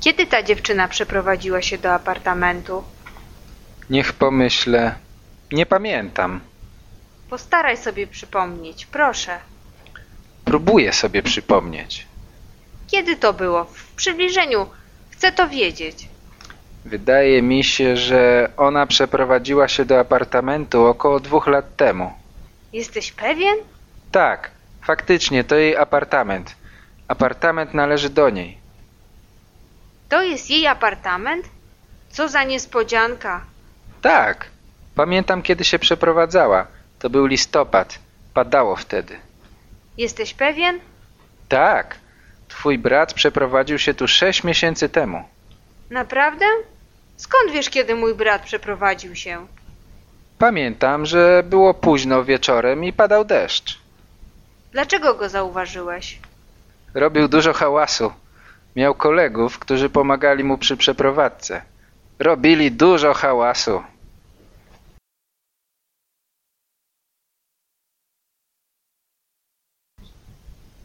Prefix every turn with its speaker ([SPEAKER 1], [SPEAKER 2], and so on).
[SPEAKER 1] Kiedy ta dziewczyna przeprowadziła się do apartamentu?
[SPEAKER 2] Niech pomyślę. Nie pamiętam.
[SPEAKER 1] Postaraj sobie przypomnieć, proszę.
[SPEAKER 2] Próbuję sobie przypomnieć.
[SPEAKER 1] Kiedy to było? W przybliżeniu. Chcę to wiedzieć.
[SPEAKER 2] Wydaje mi się, że ona przeprowadziła się do apartamentu około dwóch lat temu.
[SPEAKER 1] Jesteś pewien?
[SPEAKER 2] Tak, faktycznie to jej apartament. Apartament należy do niej.
[SPEAKER 1] To jest jej apartament? Co za niespodzianka.
[SPEAKER 2] Tak, pamiętam kiedy się przeprowadzała. To był listopad. Padało wtedy.
[SPEAKER 1] Jesteś pewien?
[SPEAKER 2] Tak, twój brat przeprowadził się tu sześć miesięcy temu.
[SPEAKER 1] Naprawdę? Skąd wiesz, kiedy mój brat przeprowadził się?
[SPEAKER 2] Pamiętam, że było późno wieczorem i padał deszcz.
[SPEAKER 1] Dlaczego go zauważyłeś?
[SPEAKER 2] Robił dużo hałasu. Miał kolegów, którzy pomagali mu przy przeprowadzce. Robili dużo hałasu.